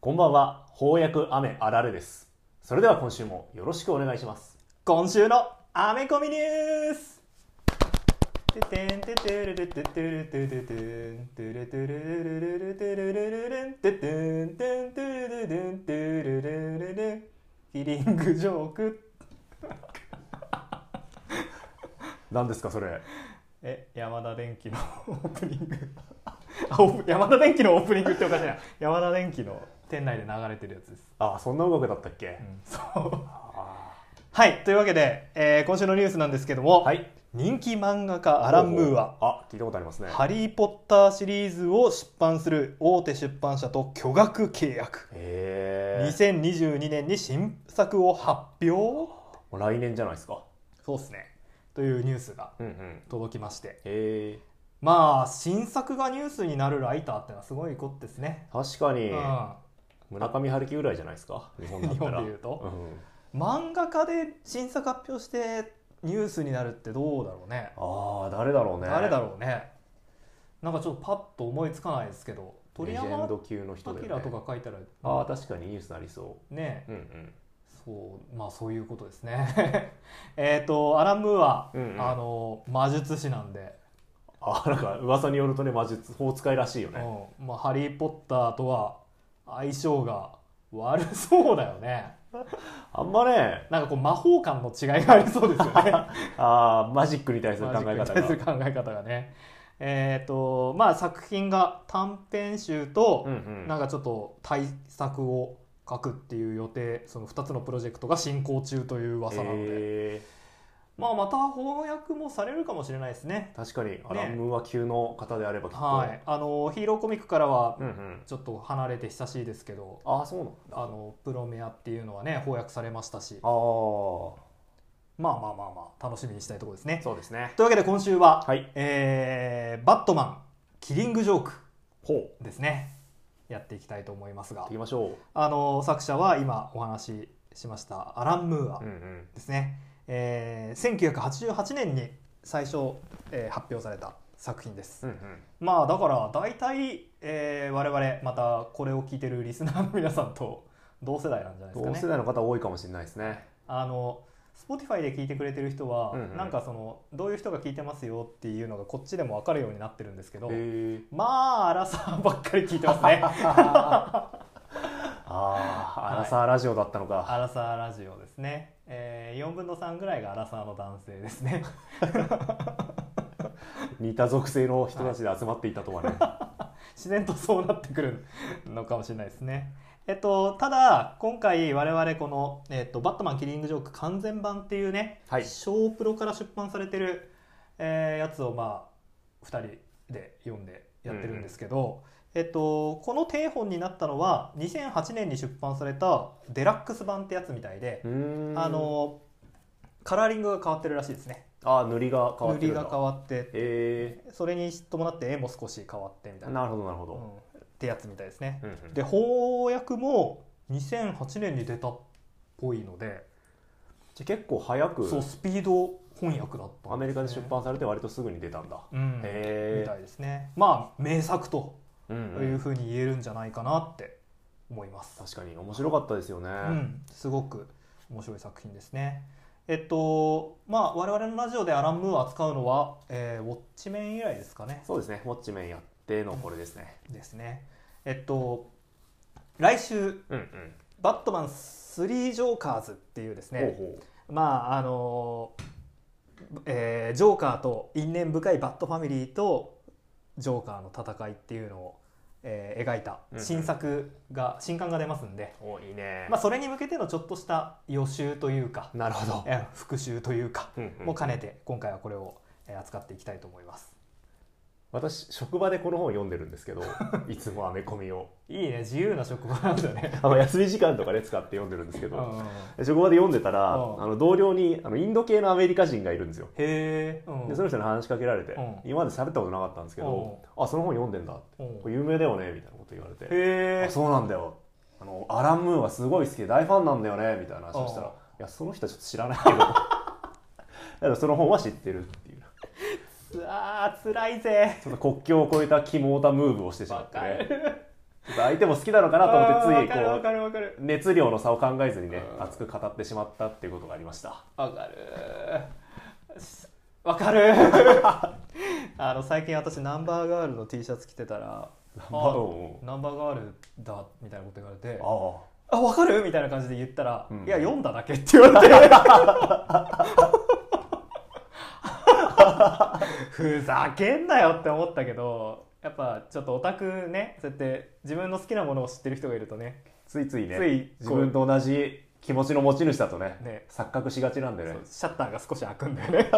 こんばんは翻訳雨あられですそれでは今週もよろしくお願いします今週のアメコミニュースててんててるるててるてててんてるてるるるるるてるるるるんててんてんてるるるんてるるるるんキリングジョーク何ですかそれえ山田電機のオープニングあオープ山田電機のオープニングっておかしいな山田電機の店内で流れてるやつです、あそんな音楽だったっけ、そうあはいというわけで、えー今週のニュースなんですけども、ーはい人気漫画家アラン・ムーアあ聞いたことありますねハリー・ポッターシリーズを出版する大手出版社と巨額契約。へえ2022年に新作を発表もう来年じゃないですかそうですね。というニュースがうんうん届きまして。へえまあ、新作がニュースになるライターってのはすごいことですね。確かにう村上春樹ぐらいじゃないですか日本ん。だっ日た本らで言うと。うん漫画家で新作発表してニュースになるってどうだろうね。ああ誰だろうね誰だろうね。なんかちょっとパッと思いつかないですけど、鳥レジェ山ンド級の人明で、ね、とか書いたら、ああ確かにニュースなりそねううんうんそうまあそういうことですね えっとアラン・ムーア、うんうんあの魔術師なんで、あーなんか噂によるとね魔術法使いらしいよねうんまあ、ハリー・ポッターとは相性が悪そうだよねあんまねなんかこう魔法感の違いがありそうですよ ねあーマジックに対する考マジえックに方対がする考え方がねえっ、とまあ作品が短編集とうん、うんなんかちょっと対策を書くっていう予定その2つのプロジェクトが進行中という噂なので、へまあまた翻訳もされるかもしれないですねー確かにアラン・ムーア級の方であればきっと、はい、あのヒーローコミックからはうんうん、ちょっと離れて久しいですけど、ああそうなんだあのプロメアっていうのはね翻訳されましたしああそまあまあまあまあ楽しみにしたいところですねうですねというわけで今週は、はいえーバットマンキリングジョークほう」ですねやっていきたいと思いますがいきましょあの作者は今お話ししましたアラン・ムーアう、うんうん、ですね、えー1988年に最初、えー発表された作品ですうんうん、まあだから大体、えー、我々またこれを聞いてるリスナーの皆さんと同世代なんじゃないですか同ね世代の方多いかもしれないですねあの Spotify で聞いてくれてる人は、うんうんなんかそのどういう人が聞いてますよっていうのがこっちでも分かるようになってるんですけどへえまあアラサーばっかり聞いてます ねああアラサーラジオだったのか、アラサーラジオですね、えー、4分の3ぐらいがアラサーの男性ですね似た属性の人たちで集まっていたとはね、自然とそうなってくるのかもしれないですね。えっと、ただ今回我々この、えっと「バットマンキリングジョーク」完全版っていうね、はい小プロから出版されてる、えーやつをまあ2人で読んでやってるんですけど、えっと、この定本になったのは2008年に出版されたデラックス版ってやつみたいで、うーんあのカラーリングが変わってるらしいですねあー塗りが変わっ塗てりるんだが変わってえそれに伴って絵も少し変わってみたいー、ななるほどなるほうんど、ってやつみたいですねう、んうんで翻訳も2008年に出たっぽいので、じゃあ結構早くそうスピード翻訳だったアんメですねリカで出版されて割とすぐに出たんだ、うんみへたいですねまあ名作とえ、うんうんいうふうに言えるんじゃないかなって思います、確かに面白かったですよね、うん、すごく面白い作品ですねえっとまあ我々のラジオでアラン・ムーを扱うのは、えーウォッチメン以来ですかねそうですねウォッチメンやってのこれですねですねえっと来週うんうん「バットマン3ジョーカーズ」っていうですね、ほうほうまああのえージョーカーと因縁深いバットファミリーとジョーカーの戦いっていうのを、えー描いた新作が、新刊が出ますんで、おいいね、まあ、それに向けてのちょっとした予習というか、なるほど、えー復習というか、うんうんも兼ねて今回はこれをえー扱っていきたいと思います。私職場でこの本読んでるんですけ どいつもアメコミをいいね自由な職場なんだね。あの休み時間とかで使って読んでるんですけうど、ん、へ職場で読んでたら、うんあの同僚にあのインド系のアメリカ人がいるんですよえ、うんでその人に話しかけられて、うん今まで喋ったことなかったんですけど、あその本読んでんだって、うんこれ有名だよねみたいなこと言われて、へあえ、そうなんだよあのアラン・ムーはすごい好きで大ファンなんだよねみたいな話をしたらうん いやその人はちょっと知らないけどだからその本は知ってるっていうつあー辛いぜちょっと国境を越えたキモータムーブをしてしまわってかねるちょっと相手も好きなのかなと思ってついあーわこかるわかるわかるう熱量の差を考えずにねうん熱く語ってしまったっていうことがありましたわかるわかる あの最近私ナンバーガールの T シャツ着てたらナンバーうんナンバーガールだみたいなこと言われてあああわかるみたいな感じで言ったら、うんいや読んだだけって言われて ふざけんなよって思ったけどやっぱちょっとオタクねそうやって自分の好きなものを知ってる人がいるとねついついねついこう自分と同じ気持ちの持ち主だとねね錯覚しがちなんでねそうシャッターが少し開くんだよね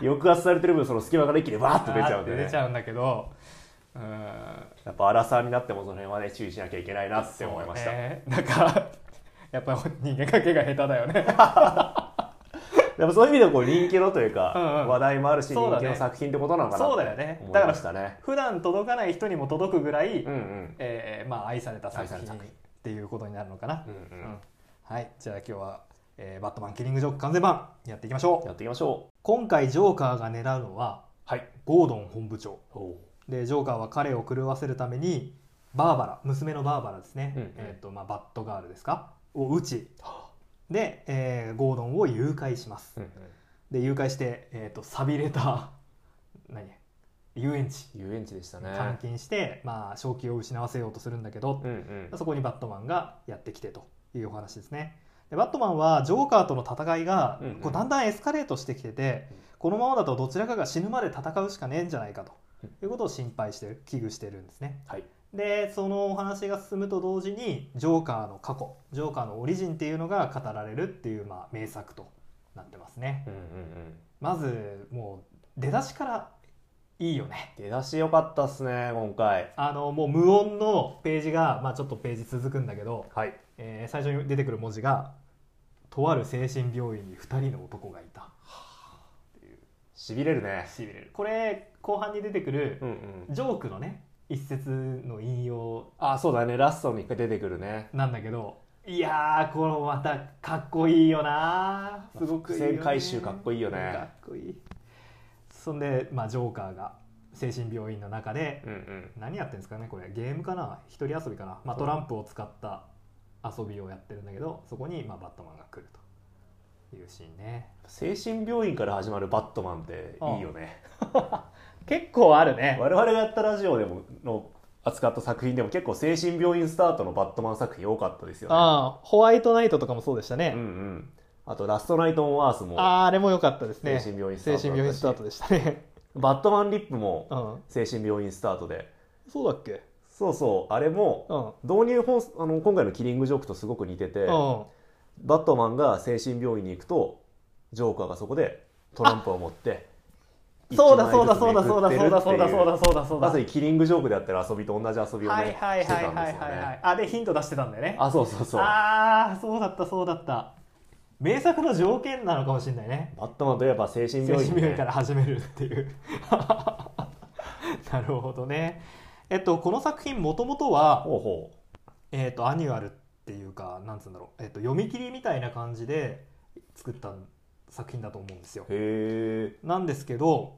抑圧されてる分その隙間から一気にわーっと出ちゃうんであーっねて出ちゃうんだけどうーんやっぱアラサーになってもその辺はね注意しなきゃいけないなって思いました、そうねなんかやっぱ人間関係が下手だよねやっぱそういう意味でもこう人気のというかうんうん話題もあるしそう人だ気ねの作品ってことなのかなそうだよねって思だいかまらしたね普段届かない人にも届くぐらい、うんうんえーまあ、愛された作愛さ品っれた作品ていうことになるのかな、うんうんうんはいじゃあ今日は、えーバットマンキリングジョーク」完全版やっていきましょうやっていきましょ今回ジョーカーが狙うのはうはいゴードン本部長おうでジョーカーは彼を狂わせるためにバーバラ娘のバーバラですね、うんうんえーとまあ、バットガールですかを撃ちで、えーゴードンを誘拐しますうんうんで誘拐して、えー、と錆びれた 何遊園地遊園地でしたね監禁して、まあ、正気を失わせようとするんだけどう、んうんそこにバットマンがやってきてというお話ですねでバットマンはジョーカーとの戦いが、うんうんこうだんだんエスカレートしてきてて、うんこのままだとどちらかが死ぬまで戦うしかねえんじゃないかと、うんいうことを心配してる危惧してるんですねはいでそのお話が進むと同時にジョーカーの過去ジョーカーのオリジンっていうのが語られるっていう、まあ、名作となってますねうんうんうんまずもう出だしからいいよね出だし良かったっすね今回あのもう無音のページが、まあ、ちょっとページ続くんだけど、はいえー最初に出てくる文字が「とある精神病院に2人の男がいたしびれるね」しびれるこれ後半に出てくるうんうんジョークのね一節の引用あそうだねラストに出てくるねなんだけどいやーこれまたかっこいいよなすごくいいよ、ね、伏線回収かっこいいよねかっこいいそんで、まあ、ジョーカーが精神病院の中でうんうん何やってんですかねこれゲームかな一人遊びかな、まあ、そうトランプを使った遊びをやってるんだけどそこに、まあ、バットマンが来るというシーンね精神病院から始まるバットマンっていいよね結構あるね我々がやったラジオでもの扱った作品でも結構精神病院スタートのバットマン作品多かったですよねああホワイトナイトとかもそうでしたねうんうんあと「ラストナイト・オン・アース」もあーあれも良かったです精ね神病院スタートだったし精神病院スタートでしたねバットマン・リップもうん精神病院スタートでそうだっけそうそうあれもうんうん導入本あの今回の「キリング・ジョーク」とすごく似ててバットマンが精神病院に行くとジョーカーがそこでトランプを持ってそうだそうだそうだそうだそうだそうだそうだだそうだそうだまさにキリングジョークであってる遊びと同じ遊びをはいねはしいてはいたはいんですはいよはいねあでヒント出してたんだよねあそうそうそうああそうだったそうだった名作の条件なのかもしれないねバットマンといえば精神精病院、神病院かね、ら始めるっていう なるほどねえっとこの作品もともとは、ほうほえっとアニュアルっていうかなんつうんだろう、えっと読み切りみたいな感じで作った作品だと思うんですようへえなんですけど、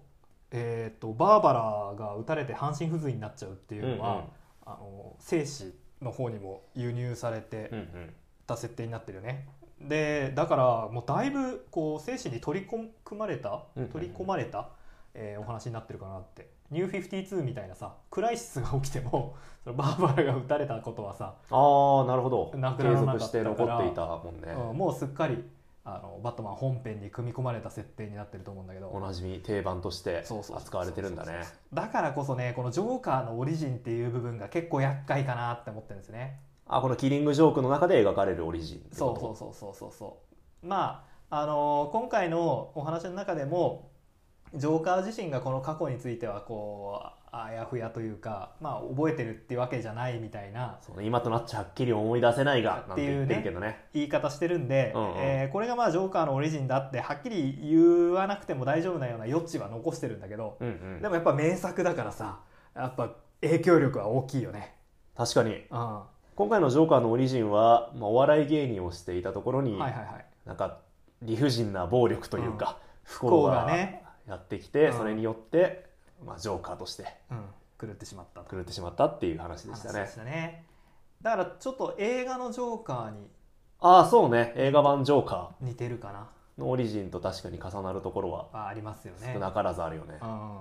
えっとバーバラが撃たれて半身不随になっちゃうっていうのは、あの生死の方にも輸入されて、うんうんった設定になってるよねでだからもうだいぶこう精神に取り込まれたうんうんうん取り込まれた、えーお話になってるかなってニュー52みたいなさクライシスが起きても そのバーバラが撃たれたことはさ、ああなるほどなくな継らなか続ったからして残っていたもんね、うんもうすっかりあのバットマン本編に組み込まれた設定になってると思うんだけどおなじみ定番としてそうそう扱われてるんだそうねそうそうだからこそねこのジョーカーのオリジンっていう部分が結構厄介かなって思ってるんですねあこのキリングジョークの中で描かれるオリジンってことそうそうそうそうそうそうまああのー今回のお話の中でもジョーカー自身がこの過去についてはこうあやふやというか、まあ、覚えてるってわけじゃないみたいなそうね今となっちゃはっきり思い出せないがなんっててい言うねってるけどね言い方してるんで、うんうんえーこれがまあジョーカーのオリジンだってはっきり言わなくても大丈夫なような余地は残してるんだけどうんうんでもやっぱ名作だからさやっぱ影響力は大きいよね。確かにうん、は今回のジョーカーのオリジンは、まあ、お笑い芸人をしていたところいに、はいはい。なんか理不尽な暴力というか、不こ幸うががねやってきて、うんそれによって、まあ、ジョーカーとしてうん、狂ってしまったと狂ってしまったっていう話でした話ねでしたねだからちょっと映画のジョーカーにああそうね映画版ジョーカ似てるかなーのオリジンと確かに重なるところはあありますよね少なからずあるよねうんうん、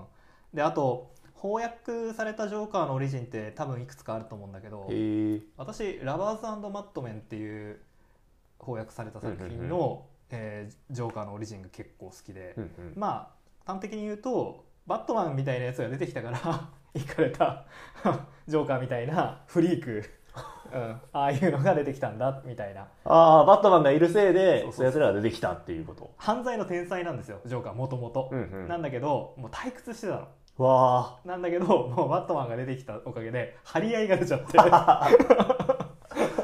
であと翻訳されたジョーカーのオリジンって多分いくつかあると思うんだけどへえ私「ラバーズマットメン」っていう翻訳された作品うんうの、えージョーカーのオリジンが結構好きで、うんうんまあ端的に言うとバットマンみたいなやつが出てきたから いかれたジョーカーみたいなフリーク、うん、ああいうのが出てきたんだみたいなああバットマンがいるせいそうそうでそうそういうやつらが出てきたっていうこと犯罪の天才なんですよジョーカーもともとう。んうんなんだけどもう退屈してたの。わなんだけどもうバットマンが出てきたおかげで張り合いが出ち ゃってあ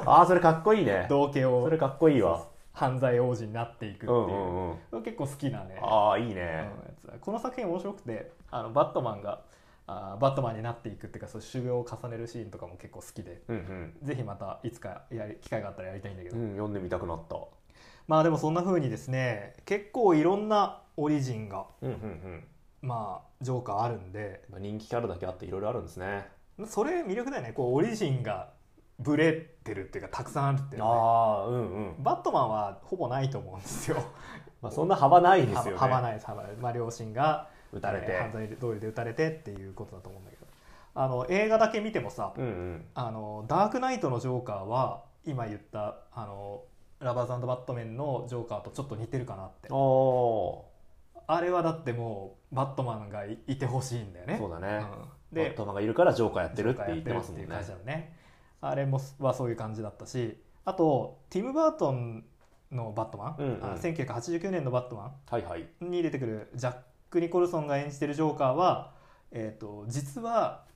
あーそれかっこいいね同系をそれかっこいいわ犯罪王子になっていくっていうう,、んうんうん結構好きなねああいいあのねやつだこの作品面白くてあのバットマンがあーバットマンになっていくっていうかそういう修行を重ねるシーンとかも結構好きでうんうんぜひまたいつかやり機会があったらやりたいんだけうど、ん読んでみたくなったまあでもそんな風にですね結構いろんなオリジンがうんうんうんまあジョーカーあるんでまあ人気キャラだけあっていろいろあるんですねそれ魅力だよねこうオリジンがブレてるっていうかたくさんあるっていうのはねああうんうんバットマンはほぼないと思うんですよ。 まあそんな幅ないですよね幅幅ないです幅ないですまあ、両親が打たれえーて犯罪通りで撃たれてっていうことだと思うんだけどあの映画だけ見てもさ、うんうんあのダークナイトのジョーカーは今言ったあのラバーズバットメンのジョーカーとちょっと似てるかなってああそあれはだってもうバットマンがいいてほしいんだよね。うだねうんバでットマンがいるからジョーカーやってるって言ってますもんジねョーカーやってるっていう感じなのねあれもはそういう感じだったしあとティム・バートンのバットマン、うんうんあ1989年のバットマはいはいンに出てくるジャック・ニコルソンが演じてるジョーカーは、えー、と実は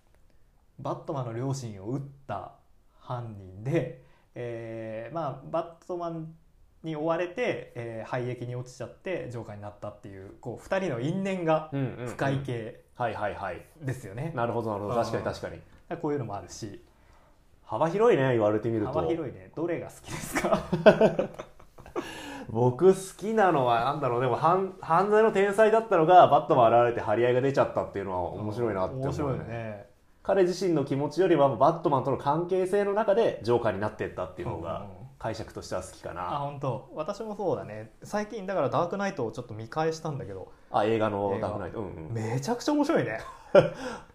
バットマンの両親を撃った犯人で、えーまあ、バットマンに追われて、えー廃液に落ちちゃってジョーカーになったっていうこう2人の因縁がうんうんうん深い系はいはいはいですよね、なるほどなるほどうん確かに確かにこういうのもあるし幅広いね言われてみると幅広いねどれが好きですか僕好きなのはなんだろうでも犯犯罪の天才だったのがバットマン現れて張り合いが出ちゃったっていうのは面白いなって思う、面白いよね彼自身の気持ちよりはバットマンとの関係性の中でジョーカーになってったっていうのうがんうんうん解釈としては好きかあな、本当私もそうだね最近だから「ダークナイト」をちょっと見返したんだけどあ映画の映画ダークナイト、うんうん、めちゃくちゃ面白いね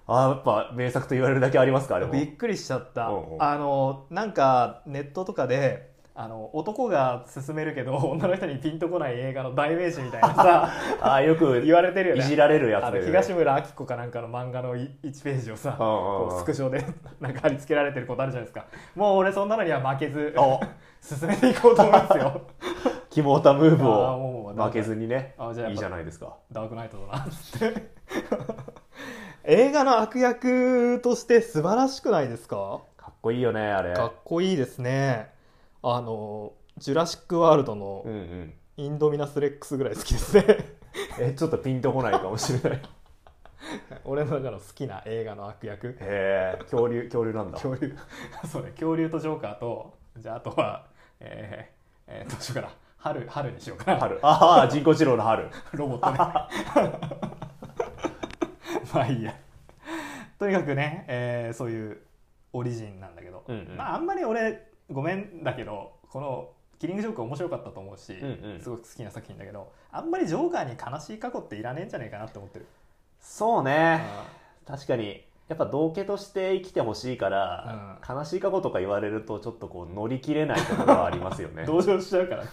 あやっぱ名作と言われるだけありますかあれもびっくりしちゃったうんうんあのなんかネットとかであの男が勧めるけど女の人にピンとこない映画の代名詞みたいなさ あよく言われてるよいねじられるやあつで、の東村明子かなんかの漫画の1ページをさうんうんこううんスクショで なんか貼り付けられてることあるじゃないですかもう俺そんなのには負けずお 進めていこうと思いますよ キモータムーブあーもうもをう負けずにねあじゃあやっぱいいじゃないですかダークナイトだなっつって 映画の悪役として素晴らしくないですかかっこいいよねあれかっこいいですねあのジュラシック・ワールドのうんうんインドミナス・レックスぐらい好きですね えちょっとピンとこないかもしれないへ俺の中の好きな映画の悪役え恐竜恐竜なんだ恐竜 そうね恐竜とジョーカーとじゃああとはえーえーどうしようかな春春にしようかな春ああ人工知能の春ロボッ トね。まあいいや。とにかくね、えーそういうオリジンなんだけど、うんうんまああんまり俺ごめんだけどこの「キリングジョーク」面白かったと思うし、んうんすごく好きな作品だけどあんまりジョーカーに悲しい過去っていらねえんじゃねえかなって思ってる。そうねあ確かにやっぱ道家として生きてほしいから、悲しい過去とか言われるとちょっとこう乗り切れないところはありますよね同情しちゃうから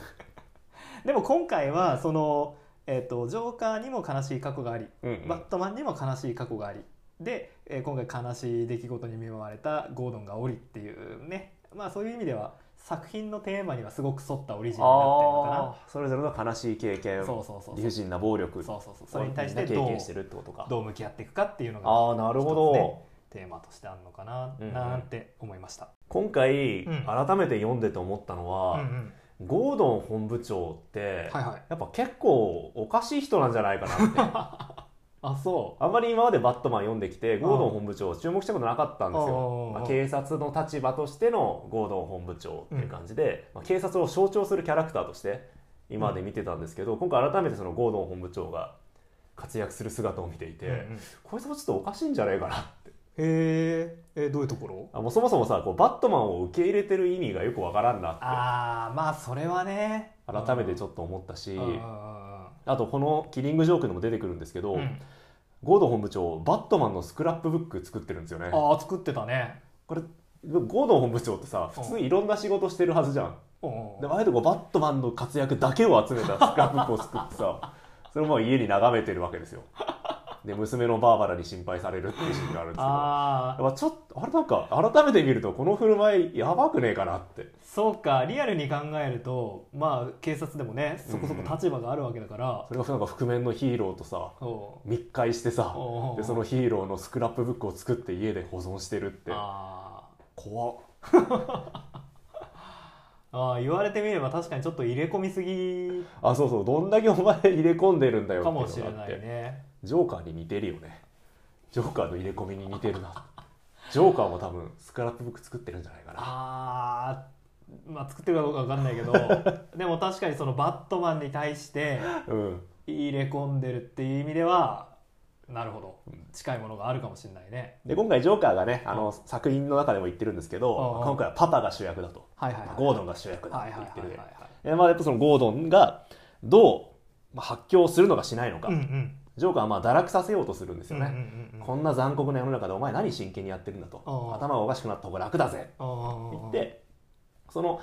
でも今回はその、えー、とジョーカーにも悲しい過去がありうんうんバットマンにも悲しい過去がありで、えー今回悲しい出来事に見舞われたゴードンがおりっていうねまあそういう意味では作品のテーマにはすごく沿ったオリジンになってるのあーそれぞれの悲しい経かな験そうそうそう理そ不う尽な暴力そうそうそうそれに対してみんな経どう験してるってことかどう向き合っていくかっていうのがああなるほど、一つねテーマとしてあるのかな、うんうんなんて思いました、今回、うん改めて読んでて思ったのうんうは、ん、ゴードン本部長って、はいはいやっぱ結構おかしい人なんじゃないかなって あそあんまり今までバットマン読んできてゴードン本部長を注目したことなかったんですうんよ、まあ、警察の立場としてのゴードン本部長っていう感じで、まあ、警察を象徴するキャラクターとして今まで見てたんですけど今回改めてそのゴードン本部長が活躍する姿を見ていて、うんうんへこいつもちょっとおかしいんじゃないかなってええどういうところあもうそもそもさこうバットマンを受け入れてる意味がよくわからんなっああまあそれはねて改めてちょっょっと思ったしああとこのキリングジョークにも出てくるんですけーど、うんゴードン本部長バットマンのスクラップブック作ってるんですよねあー作ってたねこれゴードン本部長ってさ普通いろんな仕事してるはずじゃんうんであえてこうバットマンの活躍だけを集めたスクラップブックを作って さそれをまあ家に眺めてるわけですよで娘のバーバラに心配されるっていうシーンがあるんですけどああやっぱちょっとあれなんか改めて見るとこの振る舞いやばくねえかなってそうかリアルに考えるとまあ警察でもねそこそこ立場があるわけだから、それがなんか覆面のヒーローとさおう密会してさおうおうおうでそのヒーローのスクラップブックを作って家で保存してるってあー怖っあー言われてみれば確かにちょっと入れ込みすぎあそうそうどんだけお前入れ込んでるんだよってかいうのもがあっしてれないねジョーカーに似てるよねジョーカーの入れ込みに似てるなジョーカーも多分スクラップブック作ってるんじゃないかなあーまあ作ってるかどうかわか んないけどでも確かにそのバットマンに対してうん入れ込んでるっていう意味ではなるほど近いものがあるかもしれないねで今回ジョーカーがねあの作品の中でも言ってるんですけどうん今回はパパが主役だとはいはいはいゴードンが主役だっはいてはい言はってるいではいえまあ、やっぱそのゴードンがどうまあ発狂するのかしないのか、うんうんジョーカーはまあ堕落させようとするんですよね、うんうんうんうんこんな残酷な世の中でお前何真剣にやってるんだとうん頭がおかしくなった方が楽だぜあーって言ってその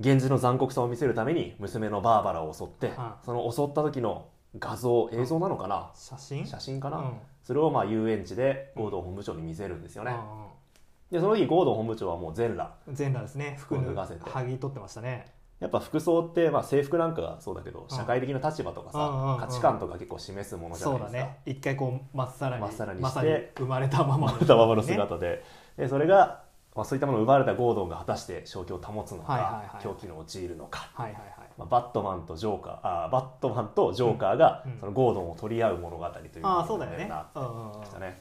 現実の残酷さを見せるために娘のバーバラを襲って、その襲った時の画像映像なのかな、写真写真かな、うんそれをまあ遊園地でゴードン本部長に見せるんですよね、あでその時ゴードン本部長はもう全裸ー全裸ですね服脱脱がせて剥ぎ取ってましたねやっぱ服装って、まあ、制服なんかがそうだけどうん社会的な立場とかさ、うんうんうん価値観とか結構示すものじゃなそいうでだすか。ね一回こうまっさらにまっさらにしてまさに生まれたまま生まれたままの姿で,、でそれが、まあ、そういったものを奪われたゴードンが果たして正気を保つのか、はいはいはい狂気に陥るのか、はいはいはいまあ、バットマンとジョーカーあーバットマンとジョーカーが、うんうんそのゴードンを取り合う物語というああこそとうにだなよるねなうんうんうんしたね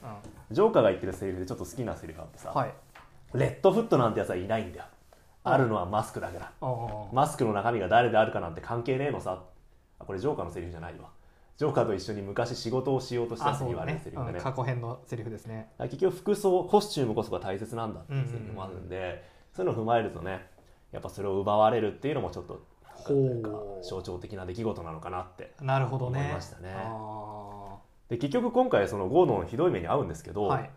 うんジョーカーが言ってるセリフでちょっと好きなセリフがあってさ、はいレッドフットなんてやつはいないんだよあるのはマスクだけだうんうんうんマスクの中身が誰であるかなんて関係ねえのさあこれジョーカーのセリフじゃないわジョーカーと一緒に昔仕事をしようとしたあ人そにう言わだれるねセリうフだんね過去編のセリフですね結局服装コスチュームこそが大切なんだっていうセリフもあるんで、そういうのを踏まえるとねやっぱそれを奪われるっていうのもちょっとなんかほう象徴的な出来事なのかなってなるほどね思いましたねあで結局今回そのゴードンひどい目に遭うんですけーど、はい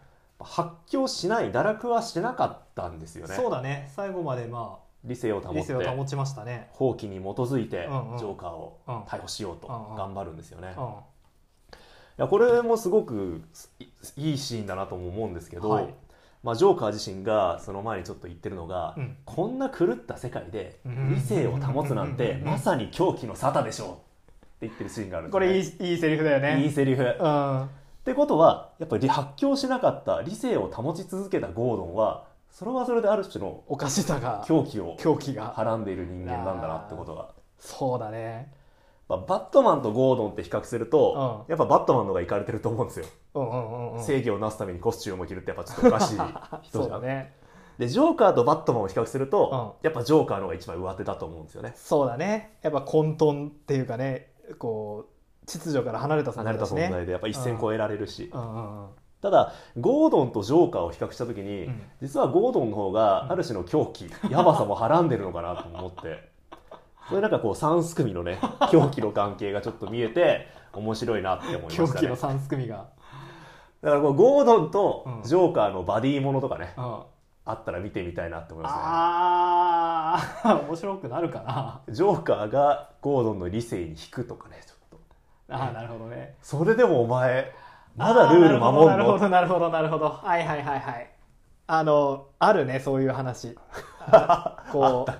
発狂しない堕落はしなかったんですよねそうだね最後までま理性をあ保理って性を保ちましたね放棄に基づいてジうんうんョーカーをうん逮捕しようとうんうん頑張るんですよね、うんいやこれもすごくいいいシーンだなとも思うんですけど、はいまあ、ジョーカー自身がその前にちょっと言ってるのが、うんこんな狂った世界でうん理性を保つなんてうんまさに狂気の沙汰でしょうって言ってるシーンがあるんですこね、れいいいいセリフだよねいいセリフ。っうんてことはやっぱり発狂しなかった理性を保ち続けたゴードンはそれはそれである種のおかしさが狂気を狂気がはらんでいる人間なんだなってことが。そうだねまあ、バットマンとゴードンって比較すると、やっぱバットマンの方がいかれてると思うんですよ、うんうんうんうん正義をなすためにコスチュームを着るってやっぱちょっとおかしい人 そじうゃだん、ねでジョーカーとバットマンを比較すると、やっぱジョーカーの方が一番上手だと思うんですよねそうだねやっぱ混沌っていうかねこう秩序から離れた離存在れただし存ね在でやっぱ一線越えられるし、うんうんうんただゴードンとジョーカーを比較した時に、うん実はゴードンの方がある種の狂気、やばさもはらんでるのかなと思ってそれなんかこう三すくみの ね狂気の関係がちょっと見えて面白いなって思いま狂した気ねの三すくみがだからこうゴードンとうんジョーカーのバディものとかね、うんあったら見てみたいなって思いまあー面白くなるかなすねジョーカーがゴードンの理性に引くとかねちょっとあーなるほどねそれでもお前まだルール守あんなるほのどなるほどなるほどなるほどはいはいはいはいあのあるねそうい う話こう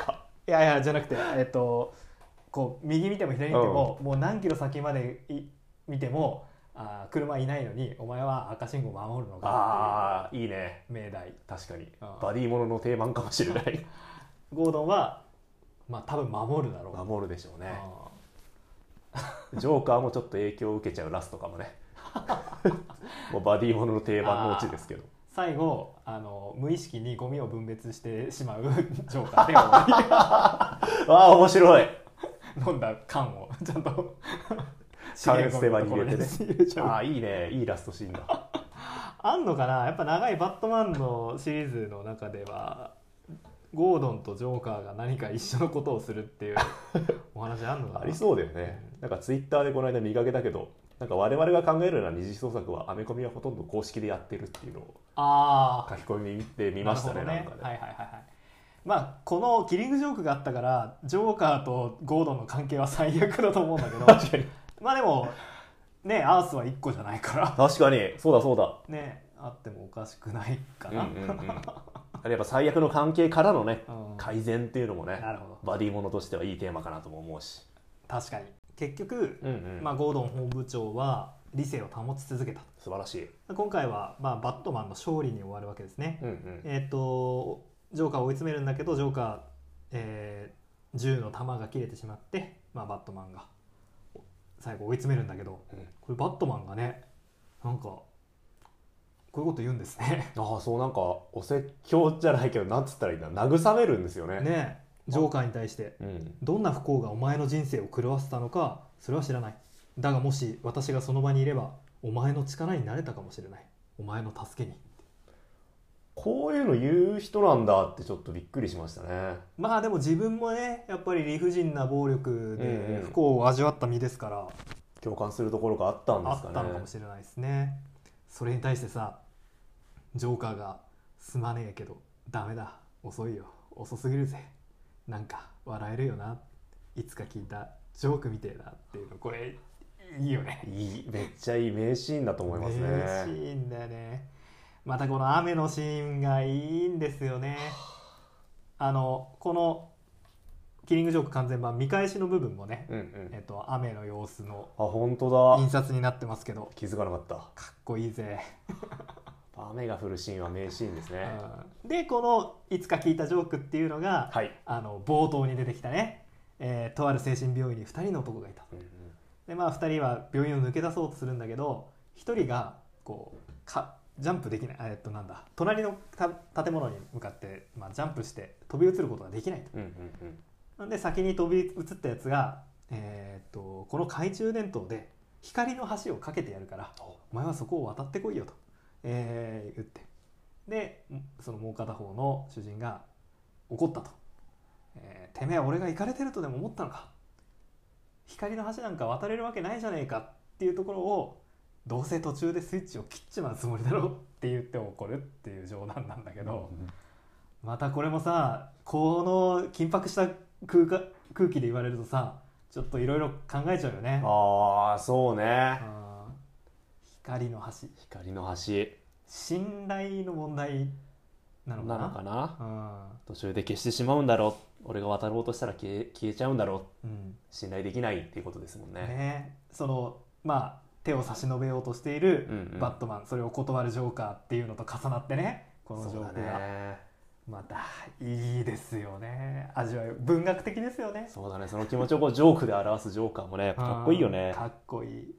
いやいやじゃなくてえっとこう右見ても左見ても、もう何キロ先までい見てもあー車いないのにお前は赤信号守るのかああいいねっていう命題確かにあーバディものの定番かもしれないゴードンはまあ多分守るだろう守るでしょうねあジョーカーもちょっと影響を受けちゃうラストかも ねもうバディものの定番のうちですけどー最後あの無意識にゴミを分別してしまう ジョーカーで終わああ面白い り飲んだ缶をちゃんとカルンステバに入れてね入れちゃうああいいねいいラストシーンだあんのかなやっぱ長いバットマンのシリーズの中ではゴードンとジョーカーが何か一緒のことをする っていうお話あんのかなありそうだよねなんかツイッターでこの間見かけたけどなんか我々が考えるような二次創作はアメコミはほとんど公式でやってるっていうのをあ書き込みで見ましたねななるんほかどね、はいはいはいはいまあこのキリングジョークがあったからジョーカーとゴードンの関係は最悪だと思うんだけ ど確かにまあでもねアースは1個じゃないから確かにそうだそうだねあってもおかしくないかうんな、うんうんあ れやっぱ最悪の関係からのねうん改善っていうのもねなるほどバディものとしてはいいテーマかなとも思うし、確かに結局、うんうんまあ、ゴードン本部長は理性を保ち続けた素晴らしい、今回は、まあ、バットマンの勝利に終わるわけですね、うんうん、えっ、とジョーカーを追い詰めるんだけどジョーカー、えー銃の弾が切れてしまって、まあ、バットマンが最後追い詰めるんだけどうんこれバットマンがねなんかこういうこと言うんですねああそうなんかお説教じゃないけどなんつったらいいんだ慰めるんですよねねジョーカーに対してうん、どんな不幸がお前の人生を狂わせたのかそれは知らないだがもし私がその場にいればお前の力になれたかもしれないお前の助けにこういうの言う人なんだってちょっとびっくりしましたねまあでも自分もねやっぱり理不尽な暴力うんでうん不幸を味わった身ですから、共感するところがあったんであすかっねたのかもしれないですねそれに対してさジョーカーが「すまねえけどダメだ遅いよ遅すぎるぜなんか笑えるよないつか聞いたジョークみてえだ」っていうのこれいいよねいいめっちゃいい名シーンだと思いますね名シーンだよねまたこの雨のシーンがいいんですよねあのこの「キリングジョーク完全版」見返しの部分もね、うんうえんっと、雨の様子のあ本当だ印刷になってますけど気づかなかったかっこいいぜ、雨が降るシーンは名シーンですねうんでこの「いつか聞いたジョーク」っていうのが、はい、あの冒頭に出てきたね、えーとある精神病院に2人の男がいたうんうんでまあ2人は病院を抜け出そうとするんだけど1人がこうかジャンプできないあえっとなんだ隣のた建物に向かって、まあ、ジャンプして飛び移ることができないとうんうんうんなんで先に飛び移ったやつが、えーっとこの懐中電灯で光の橋を架けてやるからお前はそこを渡ってこいよと、えー言ってでそのもう片方の主人が怒ったと、えーてめえ俺が行かれてるとでも思ったのか光の橋なんか渡れるわけないじゃねえかっていうところをどうせ途中でスイッチを切っちまうつもりだろって言って怒るっていう冗談なんだけど。またこれもさこの緊迫した空間空気で言われるとさちょっといろいろ考えちゃうよねああそうねうん光の橋光の橋信頼の問題なのかななのかなな途中で消してしまうんだろう俺が渡ろうとしたら消え消えちゃうんだろううん、うん信頼できないっていうことですもんねねそのまあ手を差し伸べようとしているうんうんバットマン、それを断るジョーカーっていうのと重なってねこのジそョうーだクが、ねまたいいですよね味わい文学的ですよねそうだねその気持ちをこうジョークで表すジョーカーもねやっぱかっこいいよねかっこいい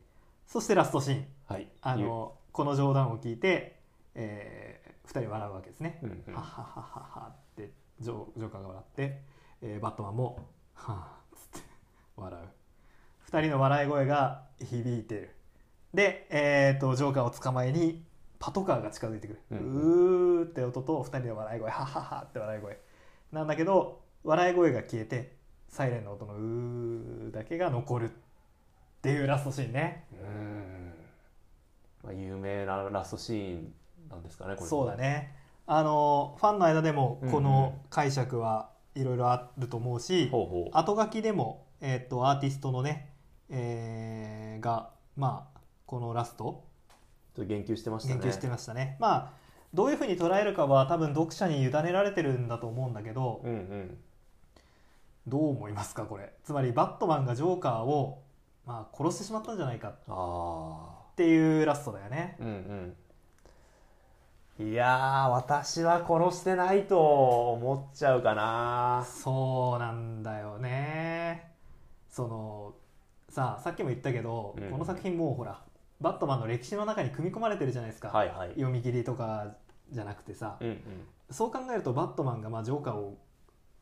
そしてラストシーンはいあのこの冗談を聞いて、え2人笑うわけですね。うんうんはははははってジョジョーカーが笑って、えーバットマンも「はあ」っつって笑う2人の笑い声が響いてるで、えー、とジョーカーを捕まえにパトカーが近づいてくる、ううんーって音と2人の笑い声「ははは」って笑い声なんだけど笑い声が消えてサイレンの音の「うー」だけが残るっていうラストシーンね。うんまあ有名なラストシーンなんですかねこれもそうだねあのファンの間でもこうんの解釈はいろいろあると思うし、ほうほう後書きでも、えっとアーティストのね、えーがまあこのラストちょっと言及してました言ね及してましたねまあどういうふうに捉えるかは多分読者に委ねられてるんだと思うんだけど、うんうんどう思いますかこれつまりバットマンがジョーカーを、まあ、殺してしまったんじゃないかっああていうラストだよねうんうんいやー私は殺してないと思っちゃうかなそうなんだよねそのさあさっきも言ったけど、うんこの作品もうほらバットマンの歴史の中に組み込まれてるじゃないですか、はいはい読み切りとかじゃなくてさ、うんうんそう考えるとバットマンがまあジョーカーを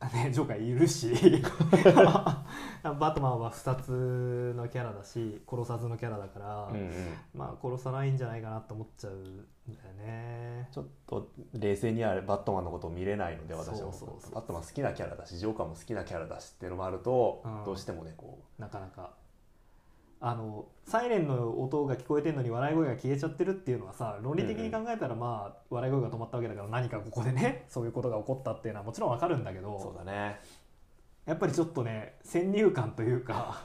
ね、ジョーカーいるし バットマンは不殺のキャラだし殺さずのキャラだから、うんうん、まあ殺さないんじゃないかなと思っちゃうんだよねちょっと冷静にあれバットマンのことを見れないので私はそうそうそうバットマン好きなキャラだしジョーカーも好きなキャラだしっていうのもあると、うんどうしてもねこなかなかあのサイレンの音が聞こえてるのに笑い声が消えちゃってるっていうのはさ論理的に考えたらまあ笑い声が止まったわけだから何かここでね そういうことが起こったっていうのはもちろんわかるんだけうそどうだねやっぱりちょっとね先入観とい うか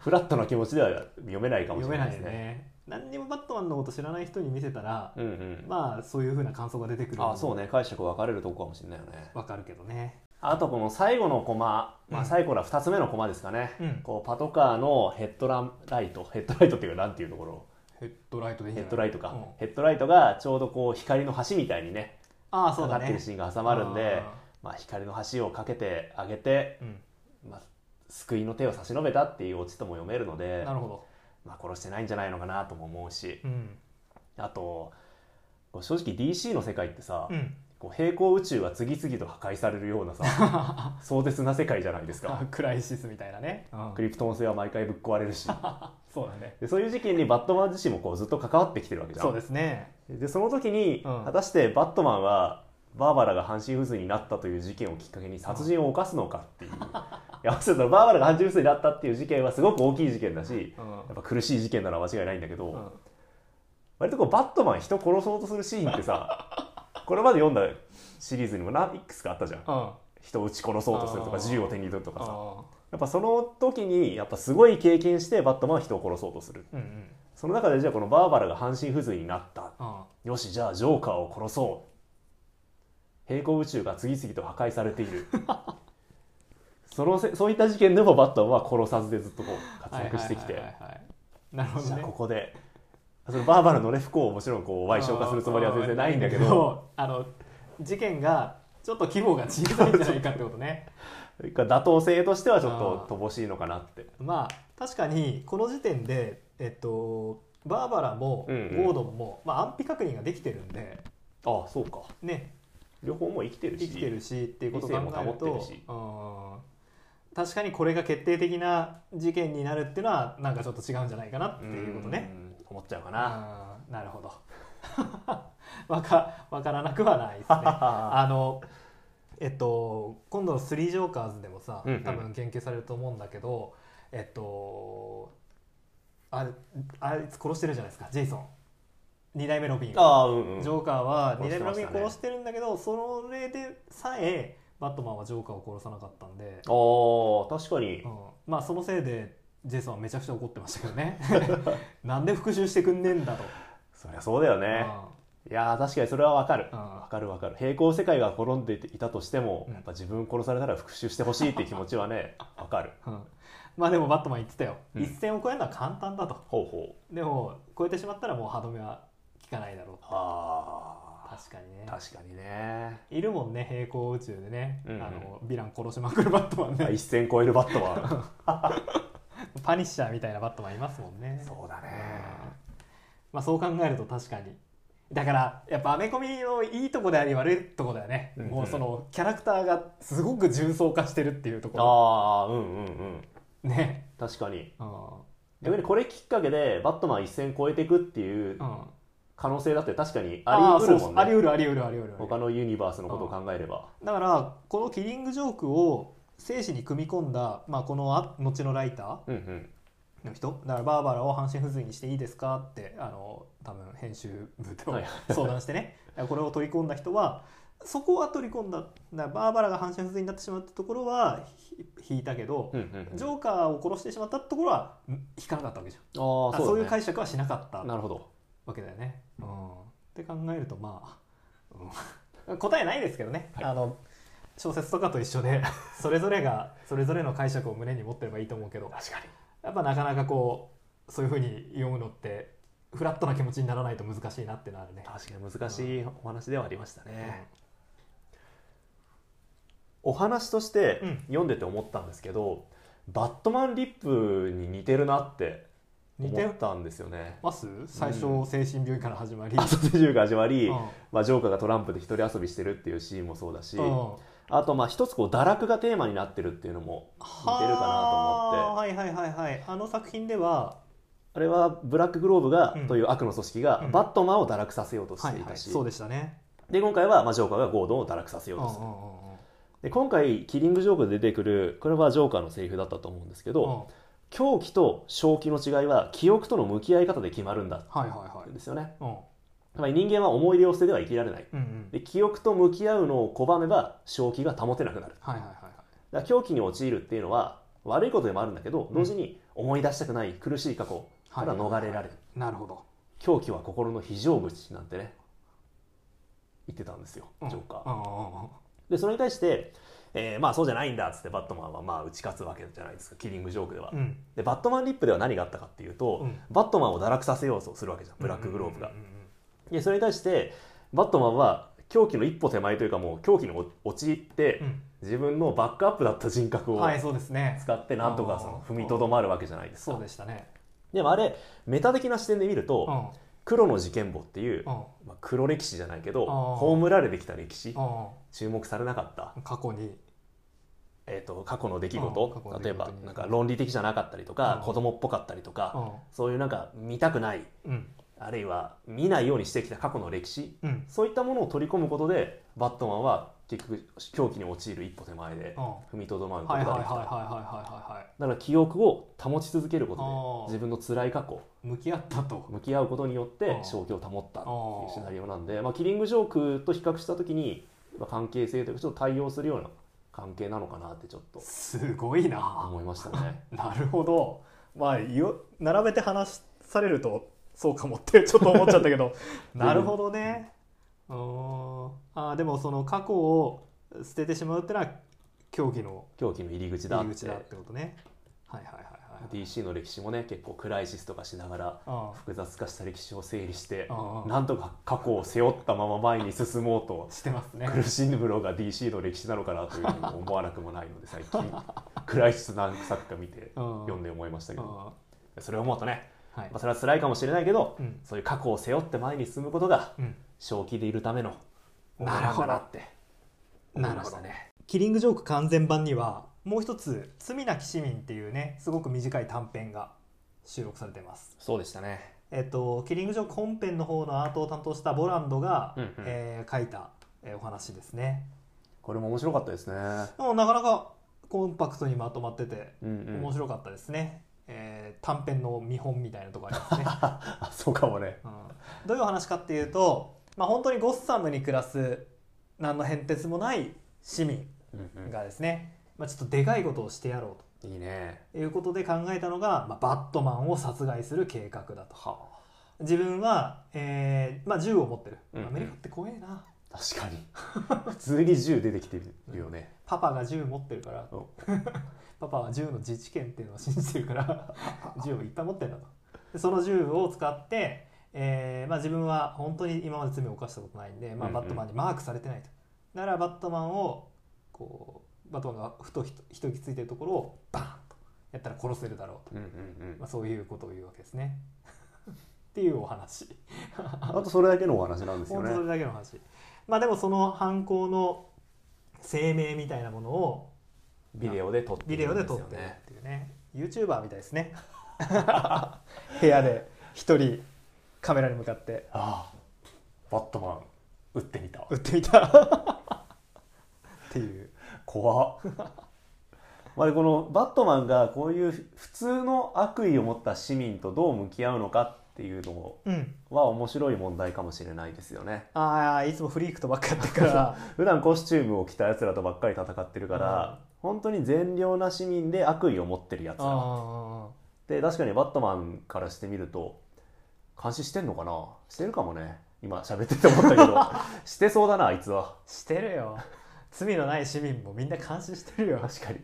フラットな気持ちでは読めないかもし読れなめないでいですすね。ね何にもバットマンのこと知らない人に見せたらうんうん。まあそういうふうな感想が出てくるあ、そうね。解釈分かれるとこかもしれないよね。わかるけどねあとこの最後のコマ、まうあん最後の2つ目のコマですかね。うんこうパトカーのヘッドランライト、ヘッドライトっていうかなんていうところ、ヘッドライトでいいんヘじッゃないドライトか、うんヘッドライトがちょうどこう光の橋みたいにね、ああそかうかだってるねシーンが挟まるんで、あまあ光の橋をかけてあげて、ーうんまあ救いの手を差し伸べたっていうオチとも読めるのでな、るほどまあ殺してないんじゃないのかなとも思うし、うんあと、こう正直 DC の世界ってさ、うんこう平行宇宙が次々と破壊されるようなさ 壮絶な世界じゃないですかあクライシスみたいなね、うんクリプトン星は毎回ぶっ壊れるしそうだねでそういう事件にバットマン自身もこうずっと関わってきてるわけじゃんそうですねでその時に、うん果たしてバットマンはバーバラが半身不随になったという事件をきっかけに殺人を犯すのかっていうい やそうだバーバラが半身不随になったっていう事件はすごく大きい事件だしうんやっぱ苦しい事件なのは間違いないんだけど、うん割とこうバットマン人殺そうとするシーンって さこれまで読んだシリーズにも何いくつかあったじゃんうん人を撃ち殺そうとするとかあー銃を手に入れるとかさあやっぱその時にやっぱすごい経験してバットマンは人を殺そうとするーうんうんその中でじゃあこのバーバラが半身不随になったあよしじゃあジョーカーを殺そう平行宇宙が次々と破壊されてい るそのせそういった事件でもバットマンは殺さずでずっとこうー活躍してきて、はいはいはいはいはいなるほじどゃあねここでそのバーバラのね不幸をもちろんこう賠償化するつもりは全然ないんだけどあの事件がちょっと規模が小さいんじゃないかってことね 妥当性としてはちょっと乏しいのかなってまあ確かにこの時点でえっとバーバラもゴうんうんードンも、まあ、安否確認ができてるんでああそうかね両方もう生きてるし生きてるしっていうことを考える理性も保っとてるしうん確かにこれが決定的な事件になるっていうのはなんかちょっと違うんじゃないかなっていうことね。うん思っちゃうか なあーなるほど わかわからなくはないですねあのえっと今度の「スリージョーカーズ」でもさうんうん多分言及されると思うんだけど、えっとああいつ殺してるじゃないですかジェイソン2代目ロビンをああうんうんジョーカーは殺2して代目ましたロビねン殺してるんだけど、それでさえバットマンはジョーカーを殺さなかったんで、ああ確かにうんまあそのせいでジェイソンはめちゃくちゃ怒ってましたけどね なんで復讐してくんねえんだと。そりゃそうだよねいやー確かにそれはわかるうんわかるわかる平行世界が転んでいたとしてもうんやっぱ自分殺されたら復讐してほしいっていう気持ちは ねわかるうんうんまあでもバットマン言ってたよ、うん一線を越えるのは簡単だとほうほうでも越えてしまったらもう歯止めは効かないだろうあ確かにねあ確かにねいるもんね平行宇宙でね、うんうんあのヴィラン殺しまくるバットマンまあね一線超えるバットは パニッシャーみたいなバットマンいますもんねそうだねまあそう考えると確かにだからやっぱアメコミのいいとこであり悪いとこだよね、うんうんもうそのキャラクターがすごく重層化してるっていうとこああうんうんうんろね確かにうん逆にこれきっかけでバットマン一線超えていくっていううん可能性だって確かにああり得ーそるもうそんうねあり得るあり得るあり得る他のユニバースのことを考えれば、だからこのキリングジョークを精神に組み込んだ、まあ、このあ後のライタうんうん、ーの人だからバーバラを半身不随にしていいですかってあの多分編集部とはい相談してね だからこれを取り込んだ人はそこは取り込んだだからバーバラが半身不随になってしまったところはひ引いたけど、うんうんうんジョーカーを殺してしまったところはん引かなかったわけじゃんあああそうそう,、ね、いう解釈はしなかったなるほどわけだよね。うん、って考えるとまあ、うん 答えないですけどね、はいあの小説とかと一緒で それぞれがそれぞれの解釈を胸に持ってればいいと思うけど確かにやっぱなかなかこうそういうふうに読むのってフラットな気持ちにならないと難しいなってのはあるね。確かに難しいお話ではありましたね、うお話としてうん読んでて思ったんですけど、バットマンリップに似てるなってん似思てったんですよねます最初、う精神病院から始まり、朝手中が始まり、うんまあ、ジョーカーがトランプで一人遊びしてるっていうシーンもそうだし、うんああとまあ一つこう堕落がテーマになってるっていうのも似てるかなと思ってはいはいはいはいあの作品ではあれはブラックグローブが、うんという悪の組織が、うんバットマンを堕落させようとしはていいはたいし、そうでしたねで今回は、まあ、ジョーカーがゴードンを堕落させよううんうとんすうる、んうんで今回キリングジョークで出てくるこれはジョーカーのセリフだったと思うんですけど、うん狂気と正気の違いは記憶との向き合い方で決まるんだはいはいはっいてんですよねうんつまり人間は思い出を捨てては生きられないうんうんで記憶と向き合うのを拒めば正気が保てなくなるはいはいはいだから狂気に陥るっていうのは悪いことでもあるんだけどうん同時に思い出したくない苦しい過去から逃れられる、なるほど狂気は心の非常口なんてね言ってたんですようんジョーカー、うんうんうんうんでそれに対して、えーまあそうじゃないんだっつってバットマンはまあ打ち勝つわけじゃないですかキリングジョークでは、うんでバットマンリップでは何があったかっていうと、うんバットマンを堕落させようとするわけじゃんブラックグローブが、うんうんうんうんでそれに対してバットマンは狂気の一歩手前というかもう狂気に陥って、自分のバックアップだった人格うんをはいそうですね使ってなんとかその踏みとどまるわけじゃないですか、そうでしたねでもあれメタ的な視点で見るうんうとん黒の事件簿っていう、うんまあ、黒歴史じゃないけどあー葬られてきた歴史う注目されなかった、ん過去にえー、と過去の出来あー過去事の例出え来事ばになんか論理的じゃなかったりとかうん子供っぽかったりとうかんそういうなんか見たくないうんあるいは見ないようにしてきた過去の歴史うんうんそういったものを取り込むことでバットマンは結局狂気に陥る一歩手前で踏みとどまることがはいはいできはいた、はいはいはいはいだから記憶を保ち続けることあーで自分の辛い過去向き合ったと向き合うことによっあてー正気を保ったっていうシナリオなんで、まあ、キリングジョークと比較した時にまあ関係性というかちょっと対応するような関係なのかなってちょっとすごいな思いましたね。なるほどまあよ並べて話されるとそうかもってちょっと思っちゃったけ どなるほどねうーんあーでもその過去を捨ててしまうってのは競技の狂気の入り口だっ入りて口だってことねはいはいはいはい DC の歴史もね結構クライシスとかしながらあ複雑化した歴史を整理してああなんとか過去を背負ったまま前に進もうとしてます ね苦しむのが DC の歴史なのかなというふうにも思わなくもないので最近 クライシス何作か見てうん読んで思いましたけうんどはそれを思うとね、いまあ、それは辛いかもしれないけどうんそういう過去を背負って前に進むことがうん正気でいるためのなるほどなんだなって思いましたなるほどね。キリングジョーク完全版にはもう一つ「罪なき市民」っていうねすごく短い短編が収録されています。そうでしたね。えっと、キリングジョーク本編の方のアートを担当したボランドが、うんうんえー書いた、えーお話ですね。これも面白かったですね。でもなかなかコンパクトにまとまっててうんうん面白かったですね。えー短編の見本みたいなところあ りますね。あそうかもね。うんどういう話かっていうと、まあ、本当にゴッサムに暮らす何の変哲もない市民うんがですね、まあ、ちょっとでかいことをしてやろうと。うん、いいね。ということで考えたのが、まあ、バットマンを殺害する計画だとは自分は、えーまあ、銃を持ってる、うんうんアメリカって怖えなあ、確かに 普通に銃出てきてるよね。パパが銃持ってるからお パパは銃の自治権っていうのを信じてるから 銃をいっぱい持ってるんだとでその銃を使って、えーまあ、自分は本当に今まで罪を犯したことないんで、まあ、うんうんバットマンにマークされてないと、ならバットマンをこうバットマンがふとひとひときついてるところをバーンとやったら殺せるだろうとうんうんうん まあ、そういうことを言うわけですね。 っていうお話。あとそれだけのお話なんですよ本ね当。それだけの話。まあでもその犯行の声明みたいなものをビデオで撮ってビデオで撮っるんてするよっていうね。YouTuber みたいですね。 部屋で一人カメラに向かってああバットマン撃ってみた撃ってみた。っていう。怖っ まあでこのバットマンがこういう普通の悪意を持った市民とどう向き合うのかっていうのうん。は面白い問題かもしれないですよねああ、いつもフリークとばっかやってる から。普段コスチュームを着たやつらとばっかり戦ってるから、本当に善良な市民で悪意を持ってるやつらあで確かにバットマンからしてみると監視してんのかなしてるかもね今喋ってて思ったけ どしてそうだなあいつはあ。してるよ。罪のない市民もみんな監視してるよ。確かに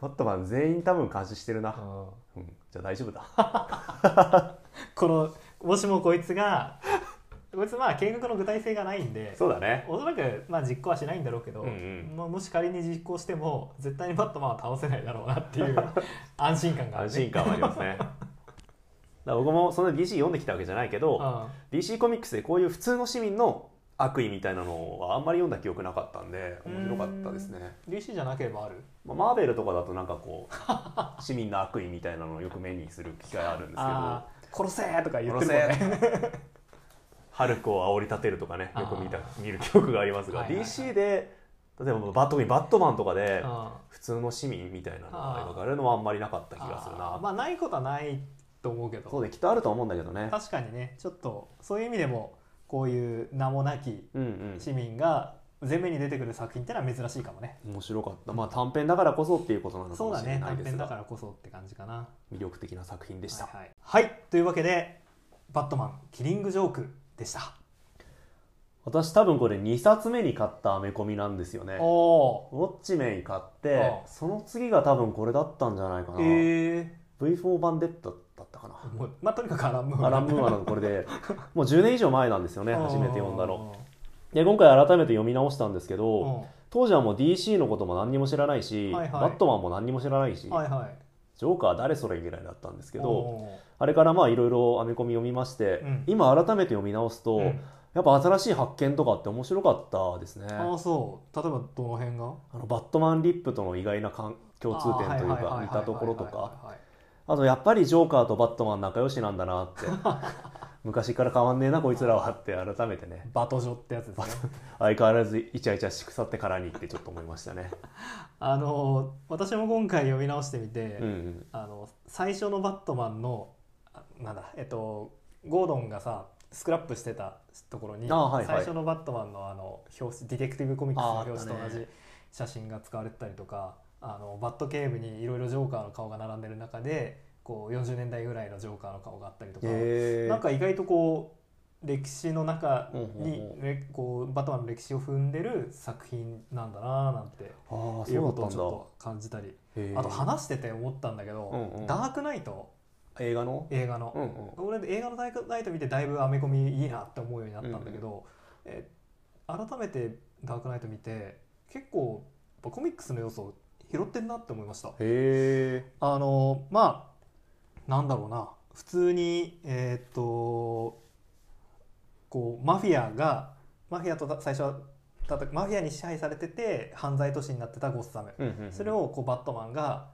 バットマン全員多分監視してるうな、んうん、じゃあ大丈夫だこのもしもこいつがこいつまあ計画の具体性がないんでそうだねおそらくまあ実行はしないんだろうけど、うんうんまあ、もし仮に実行しても絶対にバットマンは倒せないだろうなっていう 安心感がある、安ね、心感はありますねだから僕もそんな DC 読んできたわけじゃないけど DC コミックスでこういう普通の市民の悪意みたいなのはあんまり読んだ記憶なかったんで面白かったですね、 DC じゃなければあるまあ、マーベルとかだとなんかこう市民の悪意みたいなのをよく目にする機会あるんですけどあー殺せーとか言ってるもん殺ねハルクを煽り立てるとかねよく見た見る記憶がありますが、はいはいはい DC で例えばバット特にバットマンとかであ普通の市民みたいなのが描かれるのはあんまりなかった気がするなまあないことはないと思うけどそうできっとあると思うんだけどね確かにねちょっとそういう意味でもこういう名もなきうんうん市民が前面に出てくる作品ってのは珍しいかもね面白かったまあ短編だからこそっていうことなのかそうもだしれねない短です編だかがらこそって感じかな魅力的な作品でした、はいはいはいというわけで「バットマンキリングジョーク」でした私多分これ2冊目に買ったアメコミなんですよねウおおォッチメン買ってあその次が多分これだったんじゃないかな、ええ V4 版デッドだったか なもうまあとにかくアランムーアアラン・ムーアのこれでもう10年以上前なんですよねあー初めて読んだので今回改めて読み直したんですけうんどは当時はもう DC のことも何にも知らないし、はいはいバットマンも何にも知らないし、いはいジョーカー誰それぐらいだったんですけどおーあれからまあいろいろアメコミ読みまして、うん今改めて読み直すと、うんやっぱ新しい発見とかって面白かったですねああそう例えばどの辺があのバットマン・リップとの意外な関共通点というあーかはいはいはいはい似たところとはいはかいはいあとやっぱりジョーカーとバットマン仲良しなんだなって 昔から変わんねえなこいつらはって改めてねバトジョってやつですね相変わらずイチャイチャし腐ってからにってちょっと思いました ね。あのー私も今回読み直してみて、うんうん、あの最初のバットマンのあなんだえっとゴードンがさスクラップしてたところに、あはいはい最初のバットマンのあの表紙ディテクティブコミックスのああっ表たね紙と同じ写真が使われてたりとかあのバットケーブにいろいろジョーカーの顔が並んでる中でこう40年代ぐらいのジョーカーの顔があったりとか、えー、なんか意外とこう歴史の中に、うんうんねこうバットマンの歴史を踏んでる作品なんだなーなんてあーいうそこうとだをったちんょっだと感じたり。へーあと話してて思ったんだけど、うんうんダークナイト映画の、映画の、うんうん、俺映画のダークナイト見てだいぶアメコミいいなって思うようになったんだけど、え改めてダークナイト見て結構やっぱコミックスの要素を拾ってんなって思いましたへあのまあなんだろうな普通にえーっとこうマフィアがマフィアとた最初はたたマフィアに支配されてて犯罪都市になってたゴッサム、え、うんうんうん、それをこうバットマンが、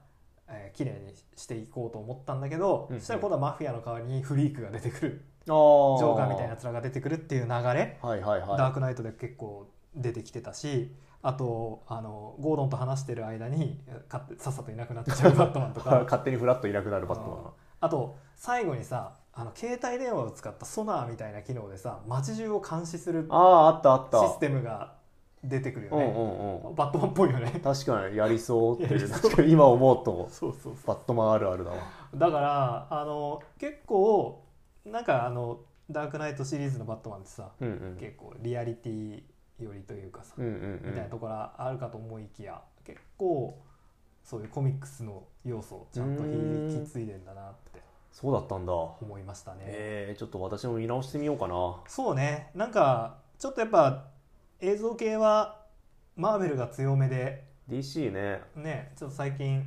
えー、綺麗にしていこうと思ったんだけど、うんうんそしたら今度はマフィアの代わりにフリークが出てくるあージョーカーみたいなやつらが出てくるっていう流れ、はいはいはいダークナイトで結構出てきてたしあとあのゴードンと話してる間にかさっさといなくなっちゃうバットマンとか 勝手にフラッといなくなるバットマンうんあと最後にさあの携帯電話を使ったソナーみたいな機能でさ街中を監視するああーあったあったシステムが出てくるようんね、うんうんバットマンっぽいよね確かにやりそうってやいりうそう確かに今思うとそうそうバットマンあるあるだわだからあの結構なんかあのダークナイトシリーズのバットマンってさ、うんうん結構リアリティ寄りというかさ、うんうんうみたいなところあるかと思いきや結構そういうコミックスの要素をちゃんと引き継いでんだなってそうだったんだ思いましたね。えー、ちょっと私も見直してみようかなそうねなんかちょっとやっぱ映像系はマーベルが強めで DC ねねちょっと最近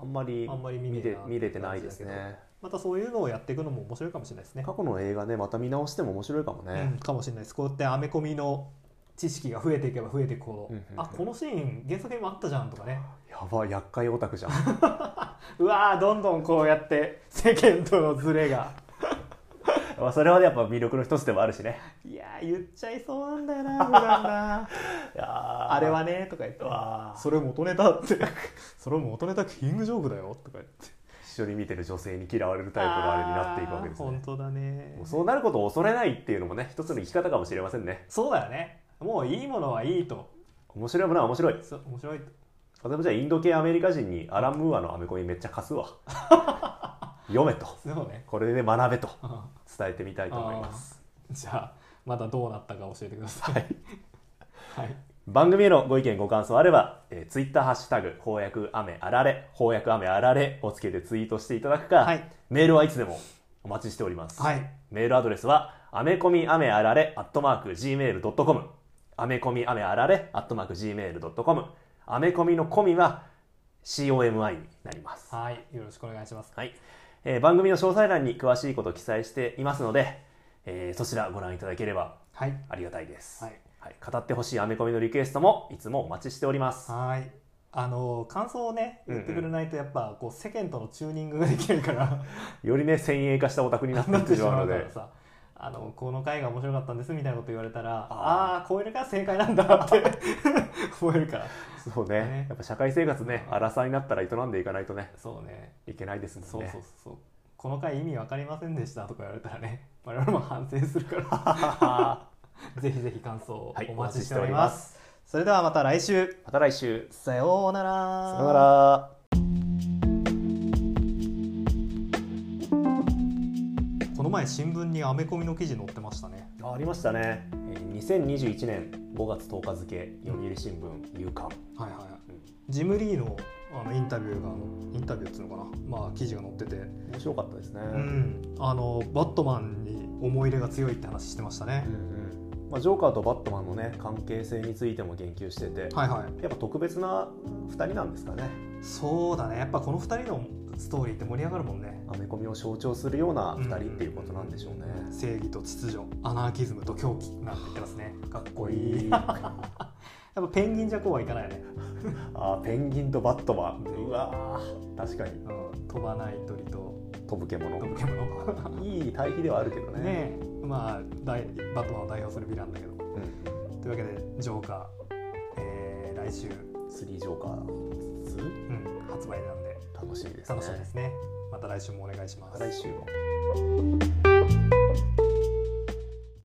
あんまりあんまり見ね見えれな見れてないですって感ねまたそういうのをやっていくのも面白いかもしれないですね。過去の映画ねまた見直しても面白いかもうんね、、かもしれないですこうやってアメコミの知識が増えていけば増えていくほど、うんうんうんあこのシーン原作にもあったじゃんとかねやばい厄介オタクじゃんうわーどんどんこうやって世間とのズ レがまあそれはやっぱ魅力の一つでもあるしねいやー言っちゃいそうなんだよ な普段ないやーあれはねとか言ってわーそれ元ネタって それ元ネタキングジョークだよとか言って一緒に見てる女性に嫌われるタイプのあれになっていくわけですあー本ね当だねもうそうなることを恐れないっていうのもね一つの生き方かもしれませんねそうだよねもういいものはいいと面白いものは面白いそう面白いと私もじゃあインド系アメリカ人にアラン・ムーアのアメコミめっちゃ貸すわ 読めとそうね これで学べとうん伝えてみたいと思います じゃあまたどうなったか教えてくださいはい、 はい番組へのご意見ご感想あれば、えー、ツイッターハッシュタグ翻訳雨あられ翻訳雨あられをつけてツイートしていただくか、はいメールはいつでもお待ちしております、はいメールアドレスはアメコミアメあられアットマーク Gmail.com アメコミアメあられアットマーク Gmail.com アメコミのコミは COMI になりますはい、よろしくお願いします。はいえー番組の詳細欄に詳しいことを記載していますので、えーそちらご覧いただければはいありがたいです、ははいい語ってほしいアメコミのリクエストもいつもお待ちしておりますはいあの感想をねうんう言んってくれないとやっぱこう世間とのチューニングができるからよりね先鋭化したオタク になってないっっててししままううのかでらさあのこの回が面白かったんですみたいなこと言われたらあああーこれが正解なんだって 思えるからそうねねやっぱ社会生活ね荒さになったら営んでいかないとねそうねいけないですもんねそうそうそうそうこの回意味わかりませんでしたとか言われたらね我々も反省するからぜひぜひ感想をはいお待ちしておりおま待ちす,、それではまた来週また来週さようならさよならこの前新聞にアメコミの記事載ってましたねあありましたね、えー2021年5月10日付読売新聞夕刊、はいはいはいジム・リーのあのインタビューがインタビューっつうのかなまあ記事が載ってて面白かったですね、うんあのバットマンに思い入れが強いって話してましたねうんうんまあ、ジョーカーとバットマンのね関係性についても言及してて、はいはいやっぱ特別な2人なんですかねそうだねやっぱこの2人のストーリーって盛り上がるもんねアメコミを象徴するような2人っていうことなんでしょうね、正義と秩序アナーキズムと狂気なんて言ってますねかっこいい やっあぱペンギンじゃこうはいかないよね、ーペンギンとバットマンうわー確かにうん、飛ばない鳥と飛ぶ飛ぶ獣獣いい対比ではあるけどねねえ まあ大バットマンを代表するヴィランだけどうん、というわけでジョーカー、えー来週、 3ジョーカー2うん、発売なんで楽しみですね楽しみですねまた来週もお願いします来週も